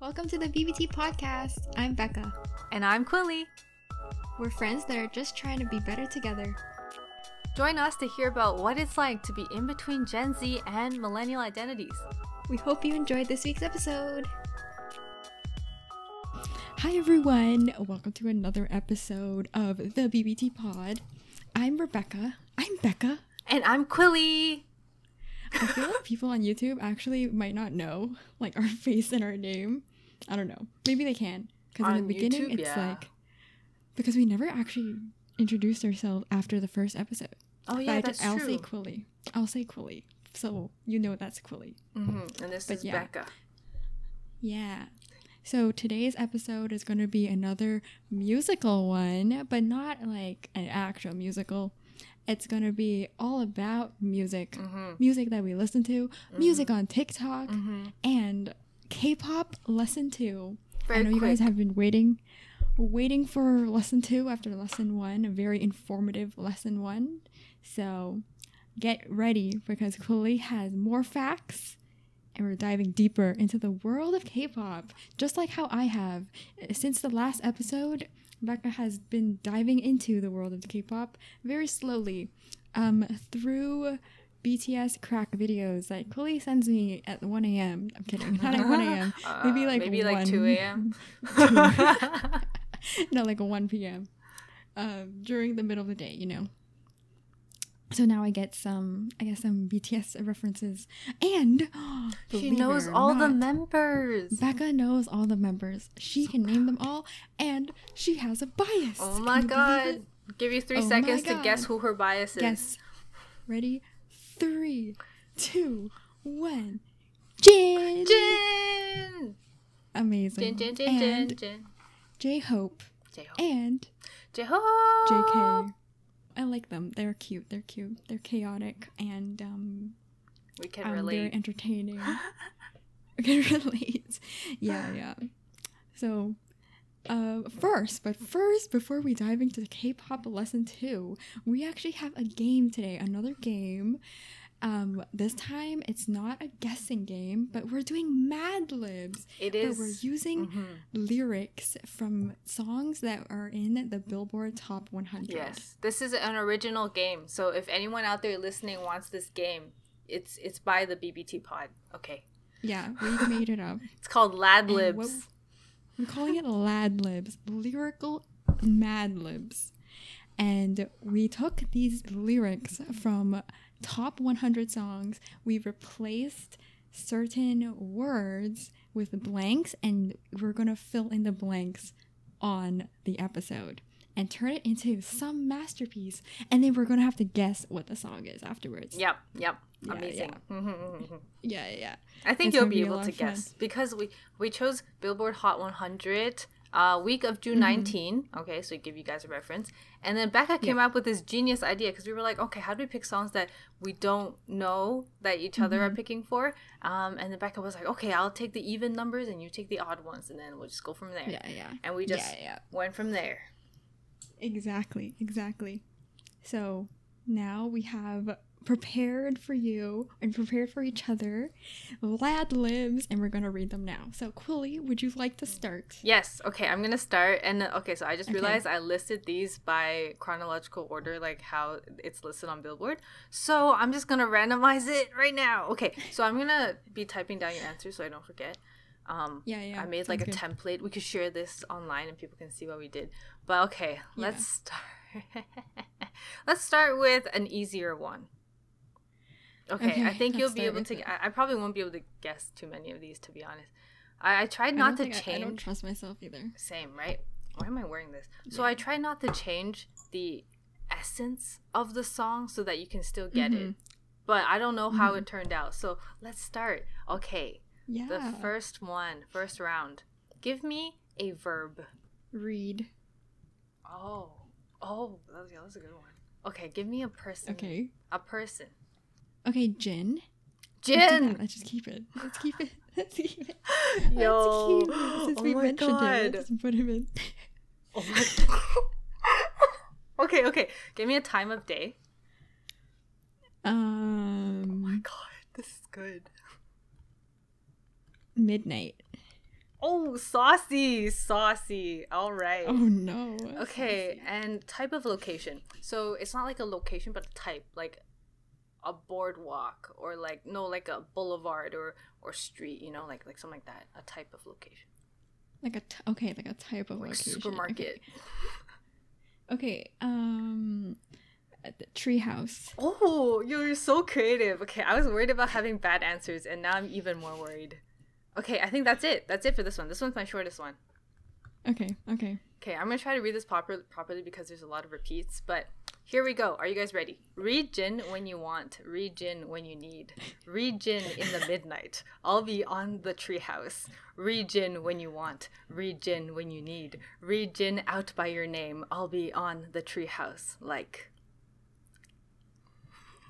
Welcome to the BBT podcast. I'm Becca. And I'm Quilly. We're friends that are just trying to be better together. Join us to hear about what it's like to be in between Gen Z and millennial identities. We hope you enjoyed this week's episode. Hi, everyone. Welcome to another episode of the BBT pod. I'm Rebecca. I'm Becca. And I'm Quilly. I feel like people on YouTube actually might not know like our face and our name. I don't know. Maybe they can because in On the beginning YouTube, it's yeah. like because we never actually introduced ourselves after the first episode. Oh I yeah, did- that's I'll true. say Quilly. I'll say Quilly. So you know that's Quilly. Mhm, And this But is yeah. Becca. Yeah. So today's episode is going to be another musical one, but not like an actual musical. It's going to be all about music. Mm-hmm. Music that we listen to, music on TikTok, and K-pop lesson 2. Very I know quick. you guys have been waiting waiting for lesson 2 after lesson 1, a very informative lesson 1. So get ready because Cooley has more facts and we're diving deeper into the world of K-pop, just like how I have since the last episode. Becca has been diving into the world of K-pop very slowly, um, through BTS crack videos that Chloe sends me at 1 a.m. I'm kidding, not at 1 a.m. Maybe Uh, like maybe 1, like two a.m. no, like 1 p.m. Um, during the middle of the day, you know. So now I get some, I guess some BTS references, and she believe it knows or all the not, members. Becca knows all the members. She can name them all, and she has a bias. oh Can my you believe god! it? Give you three Oh my seconds to guess God. who her bias is. Yes. Ready? Three, two, one. Jin. Jin. Amazing. Jin. Jin. Jin. Jin. And Jin. J Hope J-Hope. and J-Hope. JK. I like them. They're cute. They're cute. They're chaotic and um, We can um relate. very entertaining. I can relate. Yeah, yeah. So, uh, first, but first, before we dive into K-pop lesson two, we actually have a game today. Another game. Um, this time it's not a guessing game, but we're doing Mad Libs. It But we're is. using Mhm. lyrics from songs that are in the Billboard Top 100. Yes, this is an original game. So if anyone out there listening wants this game, it's it's by the BBT Pod. Okay, Yeah, we made it up. it's called Lad And what- Libs. I'm calling it Lad Libs, lyrical Mad Libs. And we took these lyrics from top 100 songs, we replaced certain words with blanks, and we're going to fill in the blanks on the episode and turn it into some masterpiece. And then we're going to have to guess what the song is afterwards. Yep, yep, Yeah, amazing. Mhm, mhm. Yeah, yeah, yeah. I think It's you'll gonna be be a able lot to of fun. guess because we we chose Billboard Hot 100 uh, week of Mm-hmm. June 19. Okay, so give you guys a reference. And then Becca came up with this genius idea because we were like, okay, how do we pick songs that we don't know that each other Mm-hmm. are picking for? Um, and then Becca was like, okay, I'll take the even numbers and you take the odd ones, and then we'll just go from there. Yeah, yeah. And we just yeah, yeah. went from there. Exactly, exactly. So now we have prepared for you and prepared for each other lad libs, and we're going to read them now. So, Quilly, would you like to start? Yes. Okay, I'm gonna start. And uh, okay, so I just Okay. realized I listed these by chronological order, like how it's listed on Billboard. So I'm just gonna randomize it right now. Okay, so I'm gonna be typing down your answers so I don't forget. Um, Yeah, yeah. I made like a sounds template. We could share this online and people can see what we did. But okay, Yeah. let's start. let's start with an easier one. Okay, I Okay, think you'll let's be start able with to. it. I, I probably won't be able to guess too many of these, to be honest. I, I tried good. not I to don't think I- I don't change. trust myself either. Same, right? Why am I wearing this? So I try not to change the essence of the song so that you can still get it. But I don't know how it turned out. So let's start. Okay, Yeah. the first one, first round. Give me a verb. Read. Oh, oh, that was, yeah, that was a good one. Okay, give me a person. Okay. a person. Okay, Jin. Let's do that. Jin. Let's just keep it. Let's keep it. Let's keep it. Yo. Let's keep it. Since Oh we my mentioned it, God. let's just put him in. Oh my. okay, okay. Give me a time of day. Um, Oh God, this is good. midnight. Oh, saucy, saucy. All right. Oh no. Okay, and type of location. So it's not like a location, but a type, like a boardwalk or like no, like a boulevard or or street. You know, like like something like that. A type of location, Like a t- okay, like a type of like location. supermarket. Okay. okay um, at the treehouse. Oh, you're so creative. Okay, I was worried about having bad answers, and now I'm even more worried. Okay, I think that's it. That's it for this one. This one's my shortest one. Okay. Okay. Okay, I'm gonna try to read this proper- properly because there's a lot of repeats, but here we go. Are you guys ready? Read gin when you want, read gin when you need, read gin in the midnight. I'll be on the treehouse. Read gin when you want, read gin when you need, read gin out by your name. I'll be on the treehouse. Like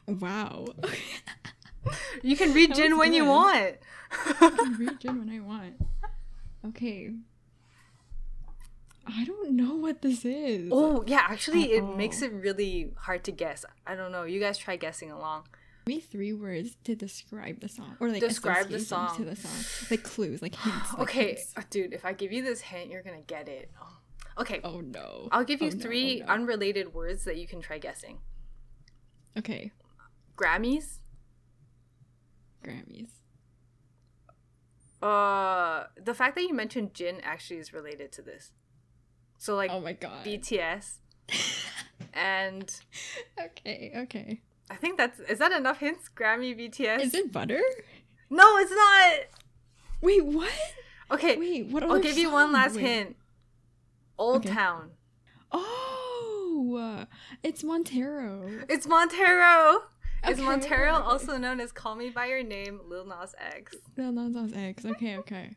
Wow. you can read That gin was when you good. want. region when I want. Okay. I don't know what this is. oh yeah, actually, it makes Uh-oh. it really hard to guess. I don't know. You guys try guessing along. Give me three words to describe the song, or like Describe the associations to song. the song, like clues, like hints. like Okay, hints. dude, if I give you this hint, you're gonna get it. Okay. Oh no. I'll give you Oh, no, oh, three no. unrelated words that you can try guessing. okay. Grammys, Grammys. uh, the fact that you mentioned Jin actually is related to this. So like oh my god. BTS, and okay. Okay. I think that's is that enough hints? Grammy, BTS. Is it butter? no, it's not. Wait, what? Okay, Wait, what? I'll other give you one song? last Wait. hint. Old Okay. Town. Oh, it's Montero. It's Montero. It's Okay, Montero, okay. also known as "Call Me by Your Name," Lil Nas X. No, no, that's X. Okay, okay.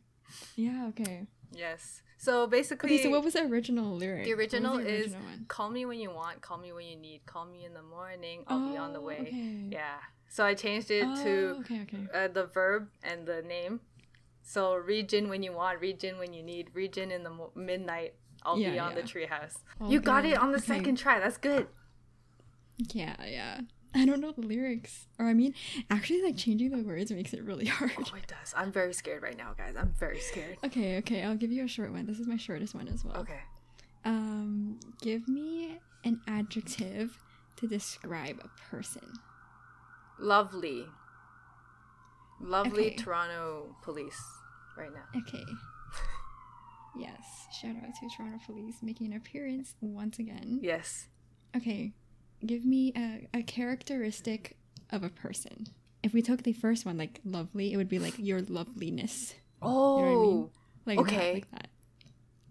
Yeah, okay. Yes. So basically, Okay, so what was the original lyric? The What was original is- original one? Call me when you want, call me when you need, call me in the morning, I'll be on the Oh, way. Okay. Yeah. So I changed it Oh, to okay, okay. uh, the verb and the name. So read gin when you want, read gin when you need, read gin in the mo- midnight, I'll be Yeah, on the yeah. treehouse. All you got good. it on the Okay. second try. That's good. Yeah, yeah. I don't know the lyrics, or I mean, actually, like changing the words makes it really Oh, hard. it does. I'm very scared right now, guys. I'm very scared. Okay, okay. I'll give you a short one. This is my shortest one as well. Okay. Um, give me an adjective to describe a person. Lovely. Lovely Okay. Toronto police right now. Okay. Yes. Shout out to Toronto Police making an appearance once again. Yes. Okay, give me a, a characteristic of a person. If we took the first one, like lovely, it would be like your loveliness, Oh, I mean? like that, Okay. like that.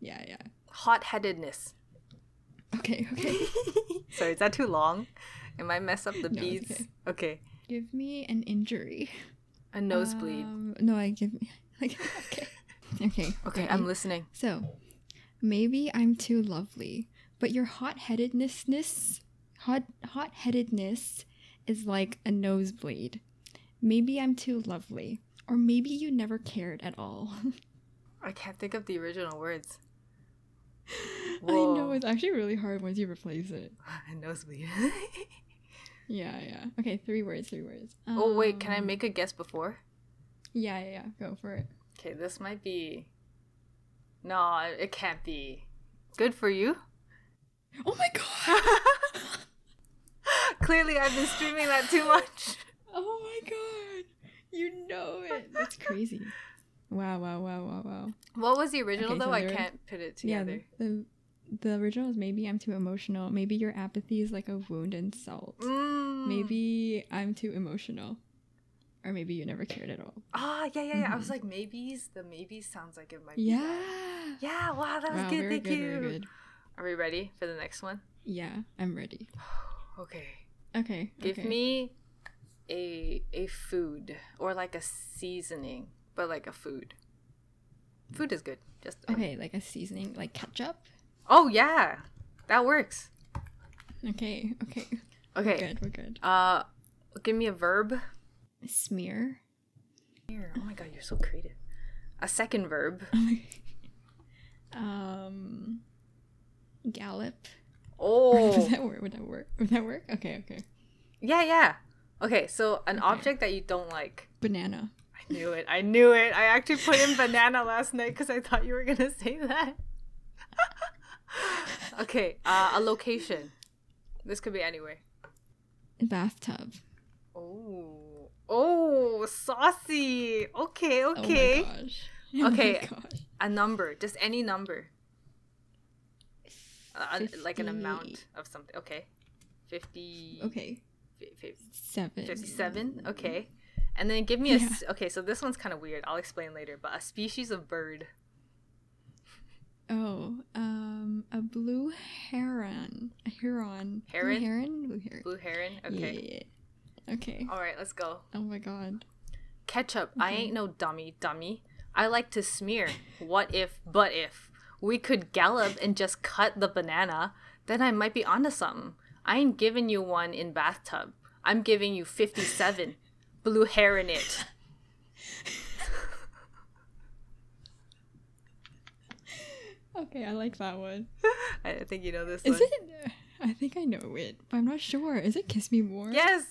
Yeah, yeah. hot headedness. Okay, okay. Sorry, is that too long? Am I mess up the No, it's beats? Okay. give me an injury. A nosebleed. Um, no, I give me like okay, okay, okay, I'm alright. listening. So maybe I'm too lovely, but your hot-headedness, hot hot-headedness is like a nosebleed. Maybe I'm too lovely, or maybe you never cared at all. I can't think of the original words. I know Whoa. it's actually really hard once you replace it. A nosebleed. Yeah, yeah. Okay, three words, three words. oh wait, can I Um, make a guess before? Yeah, yeah, yeah. Go for it. Okay, this might be. No, it can't be. Good for you. Oh my god. Clearly, I've been streaming that too much. Oh my god. You know it. That's crazy. Wow, wow, wow, wow, wow. What was the original Okay, though? so I there is- can't put it together. Yeah, the, the the original is maybe I'm too emotional. Maybe your apathy is like a wound and salt. Mm. Maybe I'm too emotional. Or maybe you never cared at all. Ah, yeah, yeah, yeah. I was Mhm. like, maybes. The maybes sounds like it might be. Yeah. that. Yeah. Wow, that was Wow, good. very Thank good, you. very good. Are we ready for the next one? Yeah, I'm ready. Okay. Okay. Give okay. me a a food or like a seasoning, but like a food. Food is good. Just Okay, like a seasoning, like ketchup. Oh yeah. That works. Okay, okay. Okay. Good, we're good. Uh give me a verb. Smear. Here. Oh my god, you're so creative. A second verb. um gallop. Does Oh. that work? Would that work? Would that work? Okay, okay. yeah, yeah. Okay, so an Okay. object that you don't like. Banana. I I knew it. I knew it. I actually put in banana last night because I thought you were gonna say that. okay, uh, a location. This could be anywhere. Bathtub. Oh, oh, saucy. Okay, okay. Oh my gosh. Oh my Okay. gosh. a number, just any number, uh, like 50 an amount of something. Okay, fifty. Okay. fi- fi- Seven. 57 okay and then give me a Yeah. s okay so this one's kind of weird i'll explain later but a species of bird Oh, um, a blue heron. A heron. Heron? Blue heron. Blue heron. blue heron okay Yeah. Okay. all right let's go Oh my god. ketchup i ain't no dummy dummy i like to smear what if but if we could gallop and just cut the banana then i might be onto something i ain't giving you one in bathtub i'm giving you 57 blue heron it Okay, I like that one. i I think you know this Is one it? I think I know it, but I'm not sure. Is it Kiss Me More? yes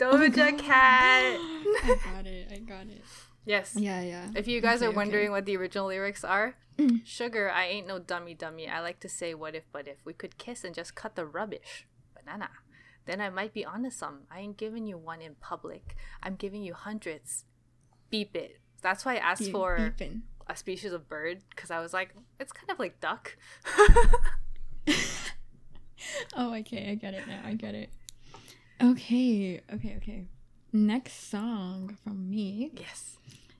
Oh my doja God. cat I got it. I got it. yes Yeah, yeah. If you guys Okay, are okay. wondering what the original lyrics are, Mm. sugar, I ain't no dummy dummy. I like to say what if but if we could kiss and just cut the rubbish. Banana. Then I might be onto some. I ain't giving you one in public. I'm giving you hundreds. Beep it. That's why I asked You for beeping. a species of bird because I was like, it's kind of like duck. Oh, okay. I get it now. I get it. Okay. Okay. Okay. Next song from me. yes.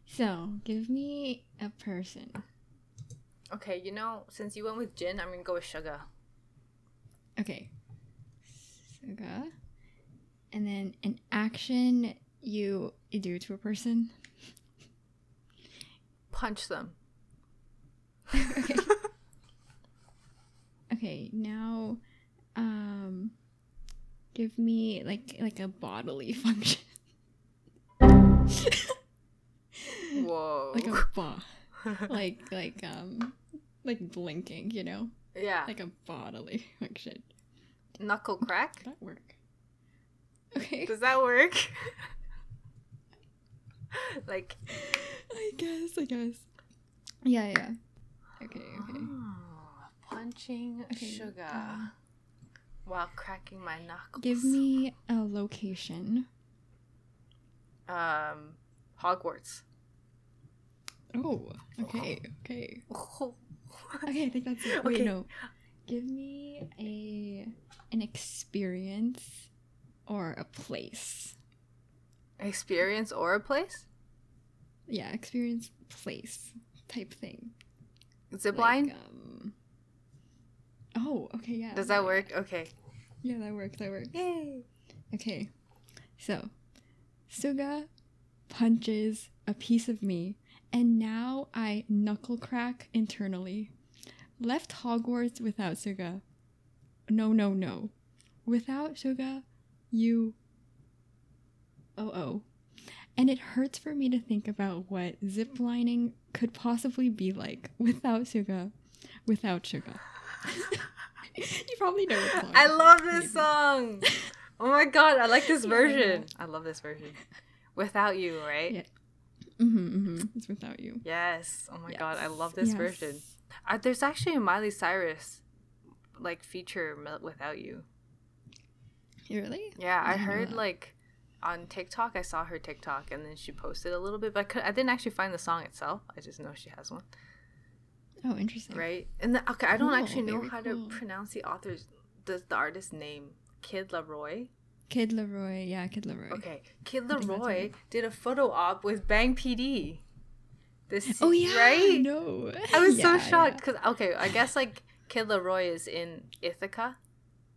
So, give me a person. Okay, you know, since you went with gin, I'm gonna go with sugar. Okay. Suga. And then an action you do to a person. Punch them. okay. Okay, now um give me like like a bodily function. Whoa. Mm. like a bo- like like um like blinking, you know? yeah. Like a bodily function. Knuckle crack. That work. Okay. Does that work? like I guess, I guess. Yeah, yeah. Okay, okay. Ah, punching Okay, sugar uh, while cracking my knuckles. Give me a location. um Hogwarts. Oh, okay, okay. okay. Okay, I think that's it. Wait, Okay. no. Give me a an experience or a place. Experience or a place? Yeah, experience place type thing. Zip Like, line? um, oh, okay, yeah. Does yeah, that work? Okay. Yeah, that works. That works. Yay. Okay, so Suga punches a piece of me, and now I knuckle crack internally. Left Hogwarts without Suga. No, no, no. Without Suga, you. Oh, oh. And it hurts for me to think about what ziplining could possibly be like without Suga, without Suga. you probably know what song I is, love maybe. this song. Oh my god, I like this Yeah. version. I love this version. Without you, right? Yeah. Mm-hmm, mm-hmm. It's without you. Yes. Oh my god, I Yes, love this yes. version. Uh, there's actually a Miley Cyrus like feature Mel- without you. Really? Yeah, I didn't know heard that. like on TikTok. I saw her TikTok, and then she posted a little bit, but I, could, I didn't actually find the song itself. I just know she has one, Oh, interesting. right? And the, okay, I don't actually Cool, know Oh, very how cool. to pronounce the author's the, the artist's name. Kid Leroy. Kid Leroy. Yeah, Kid Leroy. Okay, Kid think that's Leroy right. did a photo op with Bang PD. This Oh yeah. right. No. I was Yeah, so shocked because okay, I guess like Kid Leroy is in Ithaca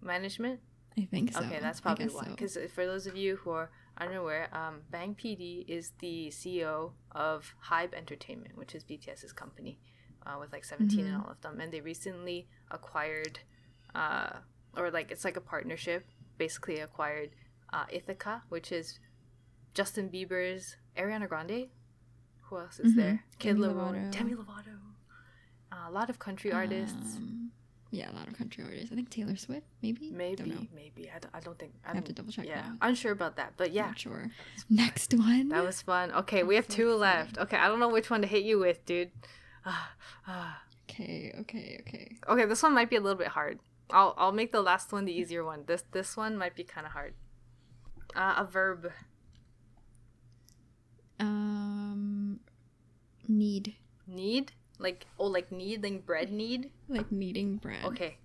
management. yeah. I think so. Okay, that's I probably guess why. so. Because for those of you who are unaware, um, Bang PD is the CEO of Hybe Entertainment, which is BTS's company, uh, with like 17 Mm-hmm. and all of them. And they recently acquired, uh, or like it's like a partnership, basically acquired uh, Ithaca, which is Justin Bieber's Ariana Grande. Who else is Mhm. there? Kid Demi Leroy, Lovato. Demi Lovato. Uh, a lot of country artists. Um, yeah, a lot of country artists. I think Taylor Swift, maybe. Maybe, Don't know. maybe. I don't, I don't think. I I'm, have to double check. yeah, that. unsure about that. But yeah, Not sure. Next one. that was fun. Okay, we have That's so two exciting. left. Okay, I don't know which one to hit you with, dude. Ah, ah. okay. Okay. Okay. okay, this one might be a little bit hard. I'll I'll make the last one the easier one. This this one might be kind of hard. Uh, a verb. Um, need Need like oh like need like bread need. like kneading bread. Okay.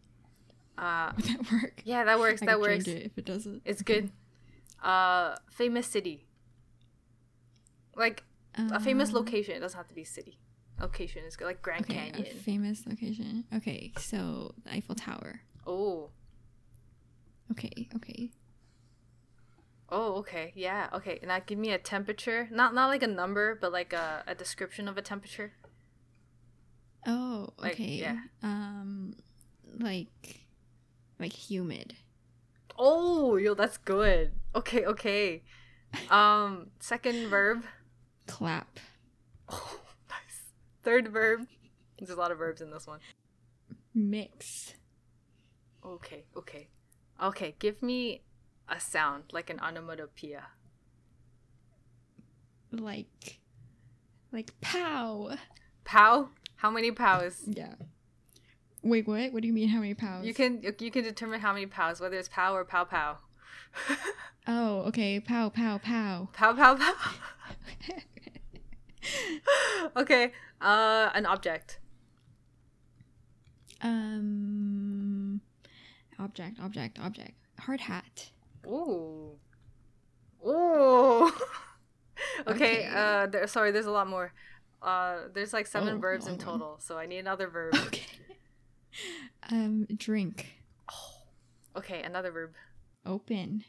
Uh, Would that work? yeah, that works. I that could works. change it if it doesn't. It's good. Uh, famous city. Like a famous Um, location. It doesn't have to be city. Location is good. Like Grand Okay, a Canyon. famous location. Okay, so the Eiffel Tower. oh. Okay, okay. Oh, okay. Yeah. Okay. Now give me a temperature. Not not like a number, but like a, a description of a temperature. Oh, Like, okay. yeah. Um, like, like humid. Oh, yo, that's good. Okay, okay. Um, second verb. Clap. Oh, nice. Third verb. There's a lot of verbs in this one. Mix. Okay, okay. Okay, give me a sound, like an onomatopoeia. Like, like pow. Pow? How many pows? Yeah. Wait, what? What do you mean? How many pows? You can you can determine how many pows, whether it's pow or pow pow. Oh, okay. Pow, pow, pow. Pow pow pow. okay. Uh an object. Um, object, object, object. Hard hat. Ooh. Ooh. okay, Okay. uh there, sorry, there's a lot more. Uh there's like seven Oh, verbs in long one. total, so I need another verb. Okay. Um, drink. okay, another verb. Open.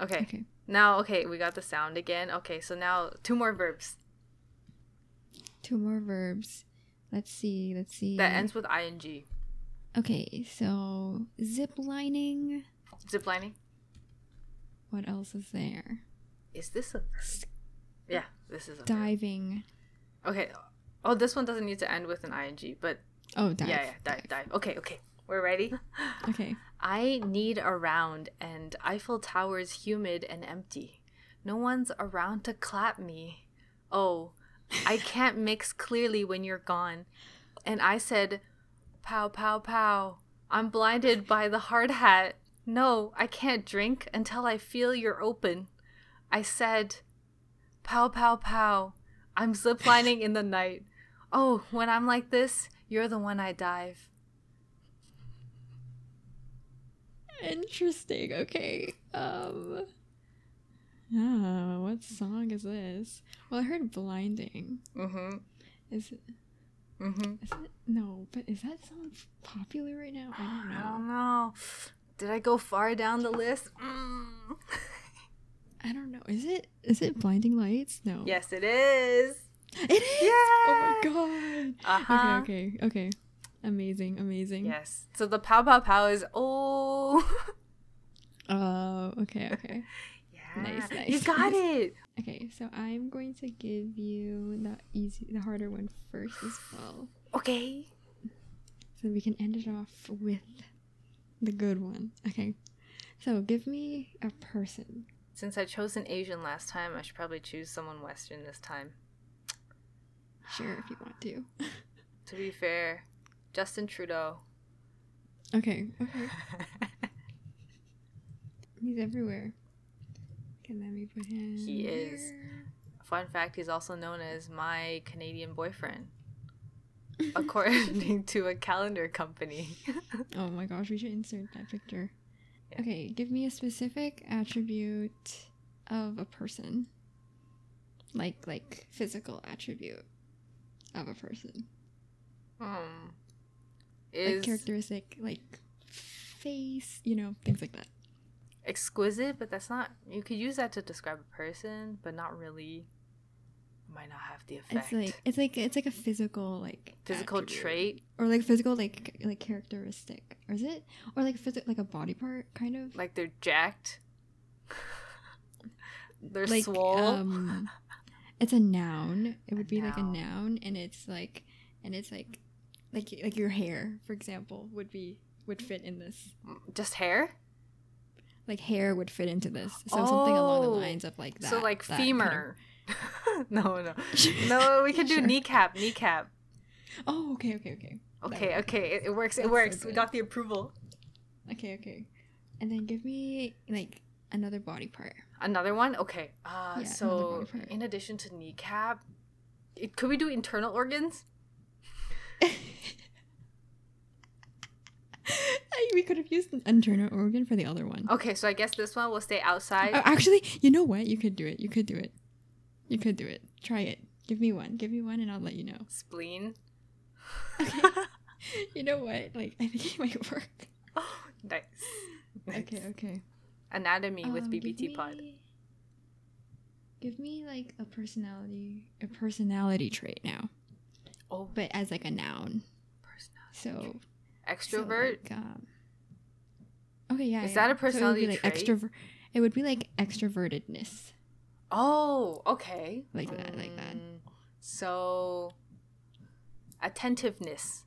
Okay. Okay. Now okay, we got the sound again. Okay, so now two more verbs Two more verbs. Let's see. Let's see. that ends with ing. Okay, so zip lining. Ziplining. What else is there? Is this a verb? Yeah, this is a verb. Diving. Okay. Oh, this one doesn't need to end with an ing, but Oh, dive. yeah, yeah, dive, dive. Okay, okay. We're ready. Okay. I need a round, and Eiffel Tower's humid and empty. No one's around to clap me. Oh, I can't mix clearly when you're gone. And I said, Pow, pow, pow. I'm blinded by the hard hat. No, I can't drink until I feel you're open. I said, Pow, pow, pow. I'm ziplining in the night. Oh, when I'm like this, you're the one I dive. Interesting. Okay. Um. Ah, what song is this? Well, I heard "Blinding." Mm hmm. Is it? Mm hmm. Is it? No, but is that song popular right now? I don't I know. don't know. Did I go far down the list? Mm. I don't know. Is it? Is it "Blinding Lights"? No. yes, it is. It is. Yeah. Oh my god. Uh huh. Okay. Okay. Okay. Amazing. Amazing. Yes. So the pow pow pow is oh. Oh. okay. Okay. yeah. Nice, nice, You got it. Okay, so I'm going to give you the easy, the harder one first as well, Okay. so we can end it off with the good one. Okay, so give me a person. Since I chose an Asian last time, I should probably choose someone Western this time. Sure, if you want to. To be fair, Justin Trudeau. Okay, okay. He's everywhere. Can let me put him. He is. here. Fun fact: He's also known as my Canadian boyfriend, according to a calendar company. Oh my gosh, we should insert that picture. Yeah. Okay, give me a specific attribute of a person. Like like physical attribute of a person. Hmm. Like characteristic like face, you know, things like that. exquisite, but that's not. You could use that to describe a person, but not really. Might not have the effect. It's like it's like it's like a physical like physical attribute. trait, or like physical like c- like characteristic. Or is it or like physical like a body part kind of? like they're jacked. they're like swole. um it's a noun it would A be like a noun. noun and it's like and it's like like like your hair, for example, would be would fit in this. Just hair? Like hair would fit into this. So something along the Oh. lines of like that. so like that kind of- femur. no, no. No, we can do Sure. kneecap, kneecap. Oh, okay, okay, okay. That Okay, works. okay. It, it works, That's it so works. we good. got the approval. Okay, okay. And then give me like another body part. Another one? Okay. Uh Yeah, another so body part. in addition to kneecap, it, could we do internal organs? Like, we could have used an internal organ for the other one. Okay, so I guess this one will stay outside. Oh, actually, you know what? You could do it. You could do it. You could do it. Try it. Give me one. Give me one, and I'll let you know. Spleen. You know what? Like, I think it might work. Oh, nice. nice. Okay, okay. Anatomy with Um, give BBT pod. me- Give me like a personality, a personality trait now, Oh, but as like a noun. personality. So so, Extrovert. like, um, okay, yeah. Is yeah. that a So it would be, personality like trait? Extrover- it would be like extrovertedness. oh, okay. Like that, like that. Mm, So attentiveness.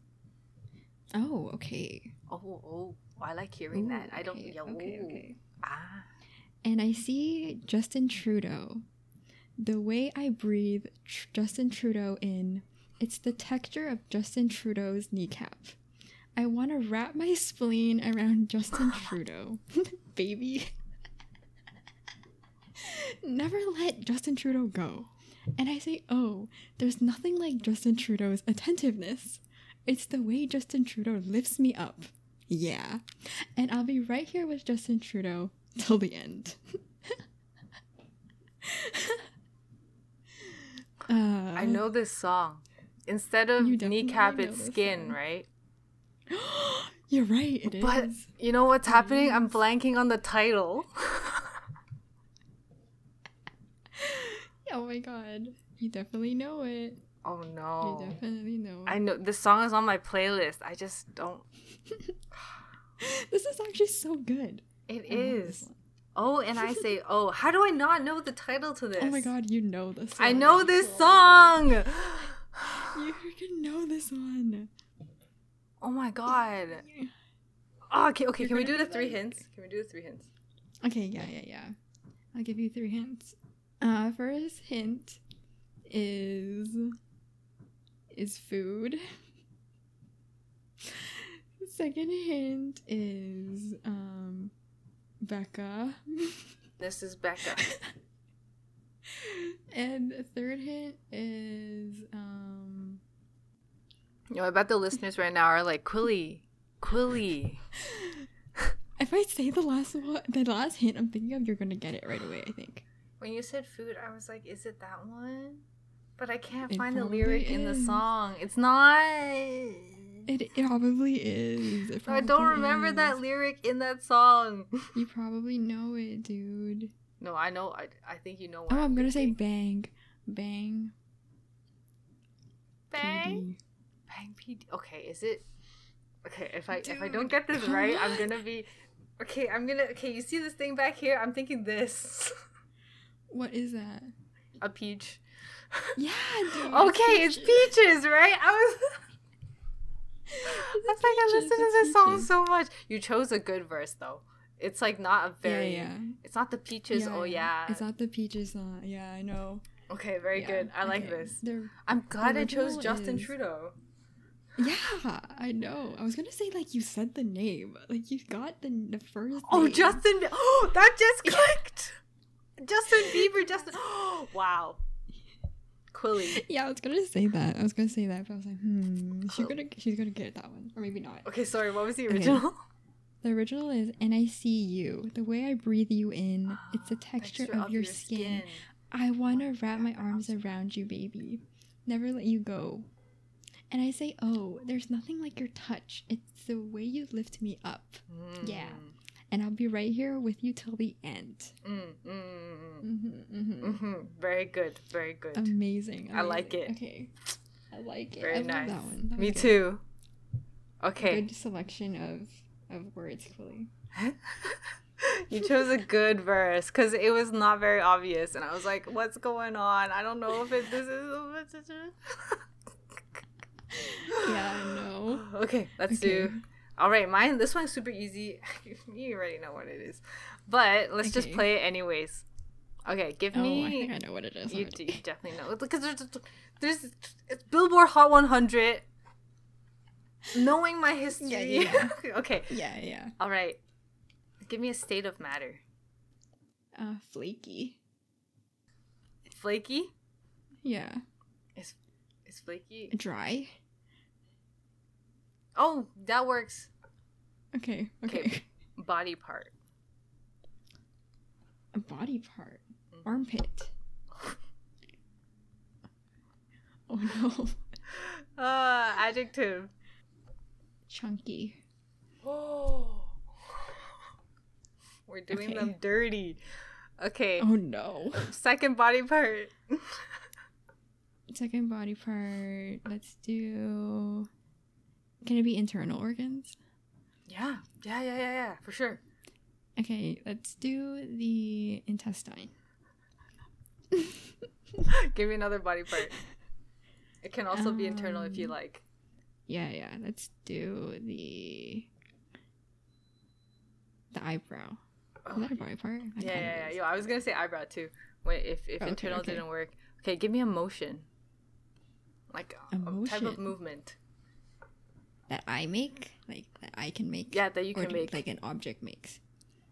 Oh, okay. Oh, oh, I like hearing Ooh, that. I don't. okay, Yeah, okay, ooh. okay. Ah. And I see Justin Trudeau. The way I breathe tr- Justin Trudeau in, it's the texture of Justin Trudeau's kneecap. I want to wrap my spleen around Justin Trudeau. Baby. Never let Justin Trudeau go. And I say, oh, there's nothing like Justin Trudeau's attentiveness. It's the way Justin Trudeau lifts me up. Yeah. And I'll be right here with Justin Trudeau till the end. uh, I know this song. Instead of You definitely kneecap, know it's this skin, song. right? You're right. It is. But you know what's happening? I'm is. blanking on the title. Oh my god. You definitely know it. oh You no. definitely know it. I know this song is on my playlist. I just don't. this is actually so good. It I love is. this one. Oh, and I say, oh, how do I not know the title to this? Oh my god, you know this I one. know this song. You freaking know this one. Oh my god. Oh, okay, okay. You're Can we do gonna the be three like- hints? Can we do the three hints? Okay, yeah, yeah, yeah. I'll give you three hints. Uh, first hint is is food. Second hint is um Becca. This is Becca. and the third hint is um You know, I bet the listeners right now are like, Quilly, Quilly. if I say the last one the last hint I'm thinking of, you're gonna get it right away, I think. When you said food, I was like, is it that one? But I can't It find the probably lyric in the is. song. It's not. It, it probably is. It I don't probably remember is. that lyric in that song. You probably know it, dude. No, I know. I, I think you know what. Oh, I'm gonna say thinking. bang, bang, bang. PD. Bang PD. Okay, is it? Okay, if I if I don't Dude, get this come right, I'm on. gonna be. Okay, I'm gonna. Okay, you see this thing back here? I'm thinking this. What is that? A peach. Yeah, dude. Okay, it's peaches, right? I was. I was like, I peaches, listened to it's this song peaches. so much. You chose a good verse though. It's like not a Yeah, very. yeah. It's not the peaches. oh yeah. It's not the peaches song. Yeah, I know. okay, very Yeah, good. I like okay. this. They're- I'm glad I chose original Justin is- Trudeau. yeah, I know. I was gonna say like you said the name, like you got the the first. Oh, name. Justin! Oh, that just clicked. Justin Bieber. Justin. wow. Quilly. Yeah, I was gonna say that. I was gonna say that, but I was like, hmm, she's Oh. gonna she's gonna get that one, or maybe not. Okay, sorry. What was the Okay. original? The original is "And I see you." The way I breathe you in, Ah, it's the texture, of, your, skin. I want to wrap my arms around you, baby. Never let you go. And I say, Oh, there's nothing like your touch. It's the way you lift me up. Mm. Yeah. And I'll be right here with you till the end. Mm, mm, mm, hmm mm, hmm mm, mhm. Very good. Very good. Um, Amazing, I like amazing. it. Okay. I like it. Very I love nice. that one. That Me was good. too. Okay. Good selection of, of words, Chloe. you chose a good verse because it was not very obvious, and I was like, "What's going on? I don't know if it this is." Yeah, I know. Okay, let's Okay. do. All right, mine. This one's super easy. you already know what it is, but let's just Okay. play it anyways. Okay, give me. oh, I think I know what it is. You, already. do, you definitely know because there's there's it's Billboard Hot 100. Knowing my history, Yeah, yeah, okay, Yeah, yeah. all right. Give me a state of matter. Uh, flaky. Flaky Yeah. is is flaky. Dry. Oh, that works. Okay. Okay. Okay. Body part. A body part. Armpit. Oh no. Uh, adjective. Chunky. Oh, we're doing them Okay. dirty. Okay, Oh no. second body part. Second body part. Let's do. Can it be internal organs? Yeah, yeah, yeah, yeah, yeah, for sure. Okay, let's do the intestine. Give me another body part. It can also be internal if you Um, like. Yeah, yeah. Let's do the the eyebrow. Oh, Is that a body part? That yeah, kinda yeah, yeah. is. Yo, I was gonna say eyebrow too. Wait, if if Oh, okay, internal okay. didn't work, okay, give me a motion. Like a, a type of Emotion? movement. That I make, like that I can make. Yeah, that you or can make, like an object makes.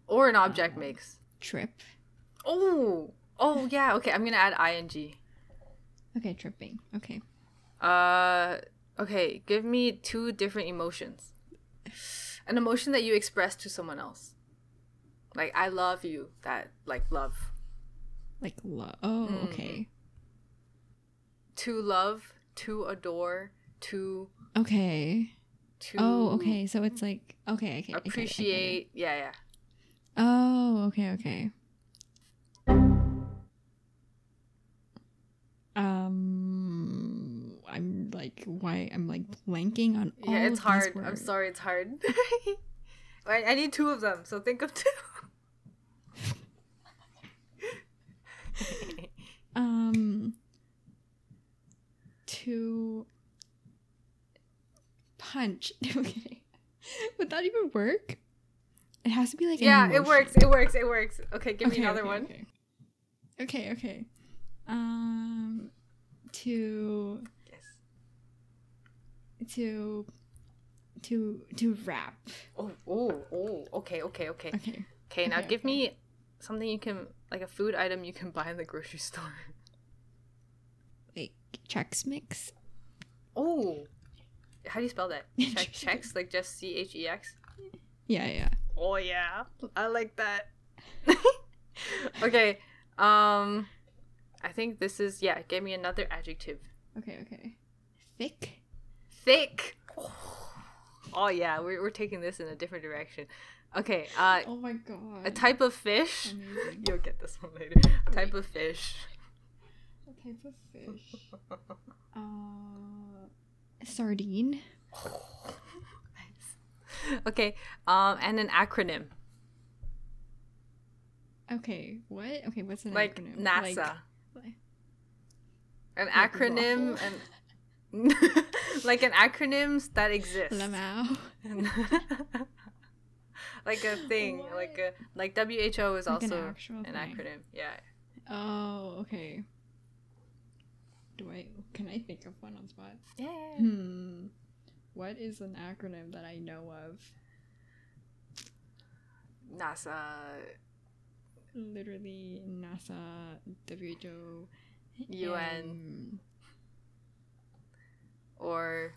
or an object um, makes. Trip. Oh, oh yeah. Okay, I'm gonna add ing. Okay, tripping. Okay. Uh, okay. Give me two different emotions. An emotion that you express to someone else, like I love you. That like love Like love. Oh, Mm. okay. to love to adore to Okay. to. Oh, okay. So it's like okay. I can I get it, I get it. Hmm. Appreciate. Yeah, yeah. Oh, okay, okay. Um, I'm like, why? I'm like blanking on all. Yeah, of it's these hard. I'm words. sorry, it's hard. I, I need two of them, so think of two. Um, to punch. Okay, would that even work? It has to be like. an yeah, it emotion. works. It works. It works. Okay, give Okay, me another okay, one. Okay. okay, okay. Um, to Yes. to to to rap. Oh, oh, oh. Okay, okay, okay. Okay. Okay, now Okay, give okay. me something you can like a food item you can buy in the grocery store. Like Chex Mix. Oh, how do you spell that? Check, checks like just C H E X. Yeah, yeah. Oh yeah, I like that. okay, um, I think this is yeah. Give me another adjective. Okay, okay. Thick. Thick. Oh yeah, we're we're taking this in a different direction. Okay, uh, Oh Mm-hmm. my god. a type of fish. Amazing. You'll get this one later. A type of fish. A type of fish. Uh, sardine. Nice. Okay, um, and an acronym Okay, what? Okay, what's an like acronym? NASA. Like- an like acronym waffle. and like an acronyms that exists. Lamau. like a thing, like a like WHO is Like an also actual an, thing. acronym. Yeah. Oh, okay. Do I? Can I think of one on the spot? Yeah. Hmm. What is an acronym that I know of? NASA. Literally NASA, WHO, UN. and or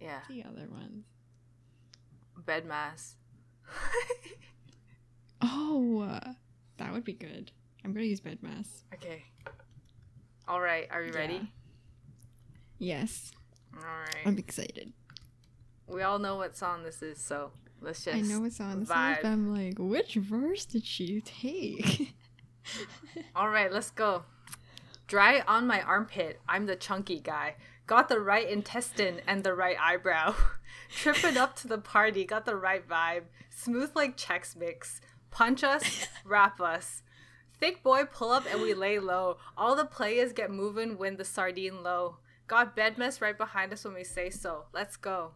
yeah, the other ones. bed mass. Oh, uh, that would be good. I'm gonna use bed mass. okay. All right. Are you ready? Yes, All I'm right. excited. We all know what song this is, so let's just. I know what song this is, but vibe. I'm like, which verse did she take? All right, let's go. Dry on my armpit, I'm the chunky guy. Got the right intestine and the right eyebrow. Tripping up to the party, got the right vibe. Smooth like Chex Mix. Punch us, wrap us. Thick boy, pull up and we lay low. All the players get moving when the sardine low. got bed mess right behind us when we say so. Let's go.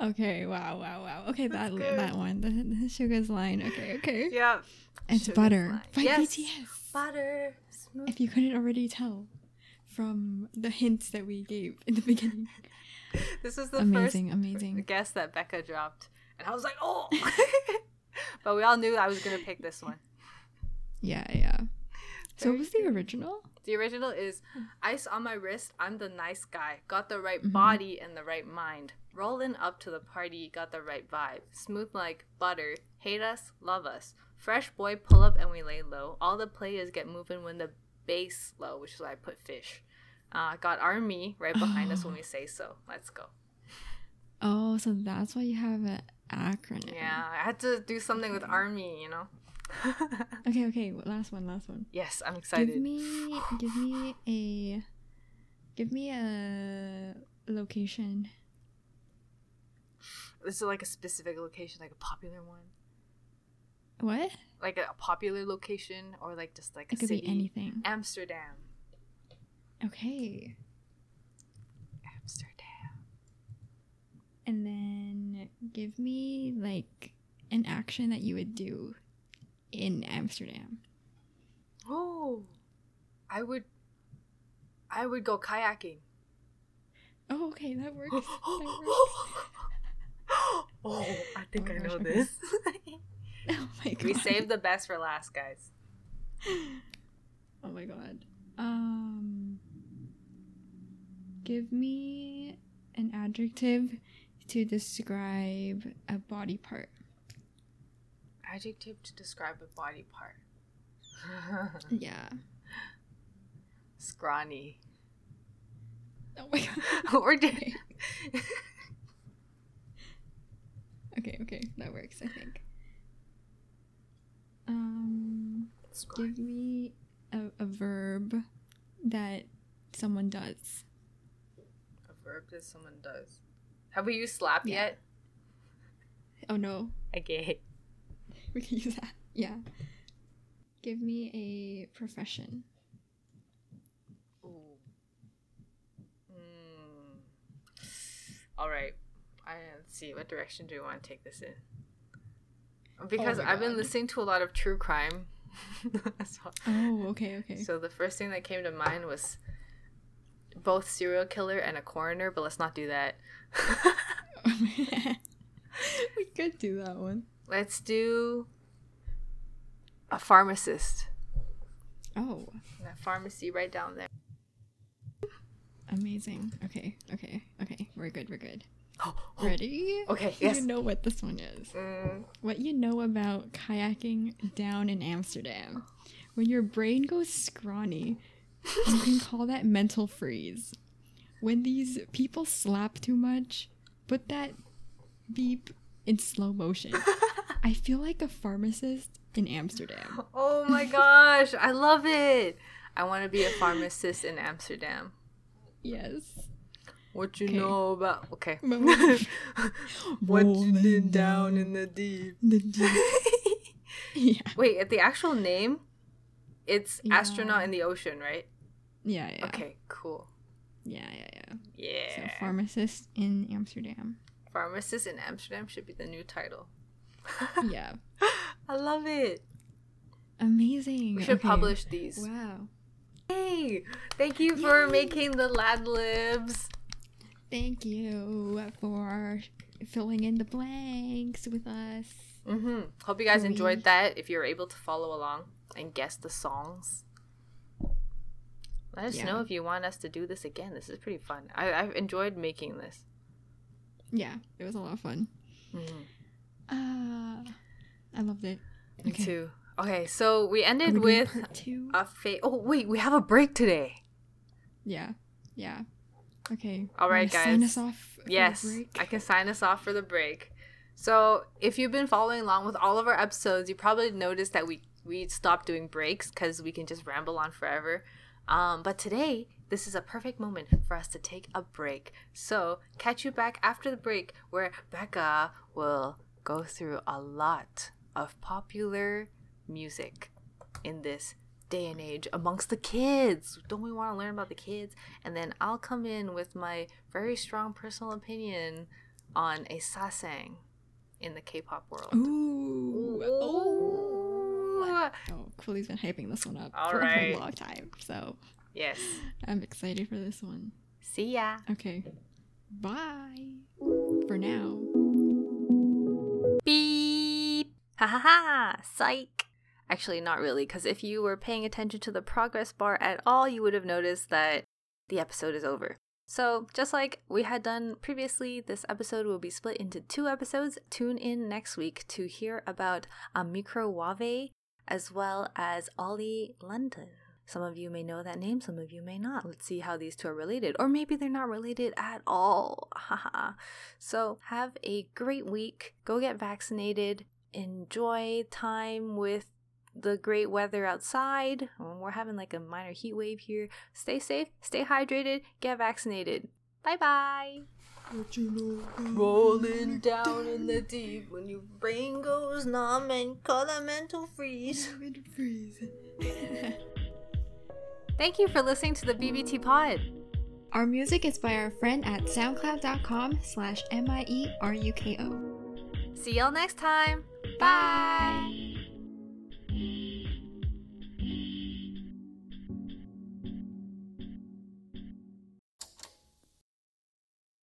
Okay, wow, wow, wow. Okay, that that one, the, the Sugar's line. Okay, okay. Yeah. It's Sugar's Butter Line. by Yes. BTS. Butter. Smooth. If you couldn't already tell from the hints that we gave in the beginning. This is the amazing, first amazing. guess that Becca dropped. And I was like, oh. but we all knew I was going to pick this one. Yeah, yeah. So Very what was the original? The original is Ice on my wrist, I'm the nice guy. Got the right Mhm. body and the right mind. Rolling up to the party, got the right vibe. Smooth like butter. Hate us, love us. Fresh boy, pull up and we lay low. All the players get moving when the bass low, which is why I put fish. Uh, got army right behind us when we say so. Let's go. Oh, so that's why you have an acronym. Yeah, I had to do something with army, you know? Okay, okay. w- Last one, last one. yes, I'm excited. Give me, give me a, give me a location. This is like a specific location, like a popular one. What? like a popular location or like just like a It could city. be anything. Amsterdam. Okay. Amsterdam. And then give me like an action that you would do in Amsterdam. Oh, I would, I would go kayaking. Oh, okay, that works. that works. oh, I think Oh I my know gosh, okay. this. Oh my god. we saved the best for last, guys. Oh my god. Um give me an adjective to describe a body part. Adjective to describe a body part. Yeah. Scrawny. Oh my god. or did Okay, okay. That works, I think. Um give me a, a verb that someone does. a verb that someone does. Have we used slap Yeah. yet? Oh no. Okay. We can use that. Yeah. Give me a profession. Ooh. Mm. All right. I let's see what direction do we want to take this in? Because my I've been God. listening to a lot of true crime. so, Oh, okay, okay. so the first thing that came to mind was both serial killer and a coroner, but let's not do that. we could do that one. let's do a pharmacist. Oh, That pharmacy right down there. amazing. Okay, okay, okay. We're good, we're good. Oh, Ready? Okay, yes. You know what this one is. Mm, What you know about kayaking down in Amsterdam. When your brain goes scrawny, you can call that mental freeze. When these people slap too much, put that beep in slow motion. I feel like a pharmacist in Amsterdam. Oh my gosh, I love it. I want to be a pharmacist in Amsterdam. Yes. What you Okay. know about okay. But what- what you Rolling did down in the deep. the deep. yeah. Wait, at the actual name, it's Yeah. astronaut in the ocean, right? Yeah, yeah. Okay, Eh. cool. Yeah, yeah, yeah. Yeah. So pharmacist in Amsterdam. pharmacist in Amsterdam should be the new title. Ah. yeah. I love it. Amazing. We should Okay. publish these. Wow. Hey, thank you for Yay. making the lad libs. Thank you for filling in the blanks with us. hmm Hope you guys Three. enjoyed that. If you're able to follow along and guess the songs, let us Yeah. know if you want us to do this again. This is pretty fun. I, I've enjoyed making this. Yeah, it was a lot of fun. Mm-hmm. Uh, I loved it. Me Okay. too. Okay, so we Are we ended doing with part two. a fa- Oh wait, we have a break today. yeah, yeah. Okay. All right, wanna Sign guys. us off. for the Yes, break? I can sign us off for the break. So, if you've been following along with all of our episodes, you probably noticed that we we stopped doing breaks because we can just ramble on forever. Um, but today, this is a perfect moment for us to take a break. So, catch you back after the break where Becca will go through a lot of popular music in this day and age amongst the kids. Don't we want to learn about the kids? And then I'll come in with my very strong personal opinion on a sasang in the K-pop world. Ooh. Ooh. Oh, Quilly's been hyping this one up All for right. a long time, so Yes. I'm excited for this one. See ya. Okay, bye for now. Beep. Ha ha ha. Psych. Actually, not really, because if you were paying attention to the progress bar at all, you would have noticed that the episode is over. So, just like we had done previously, this episode will be split into two episodes. Tune in next week to hear about Amikro Wave as well as Ollie London. Some of you may know that name, some of you may not. Let's see how these two are related, or maybe they're not related at all. Haha. So have a great week. Go get vaccinated. Enjoy time with the great weather outside. Um, We're having like a minor heat wave here. Stay safe, stay hydrated, get vaccinated. Bye bye. Rolling down in the deep when your brain goes numb and call a mental freeze. Thank you for listening to the BBT Pod. Our music is by our friend at soundcloud.com E slash M-I-E-R-U-K-O. See y'all next time. Bye.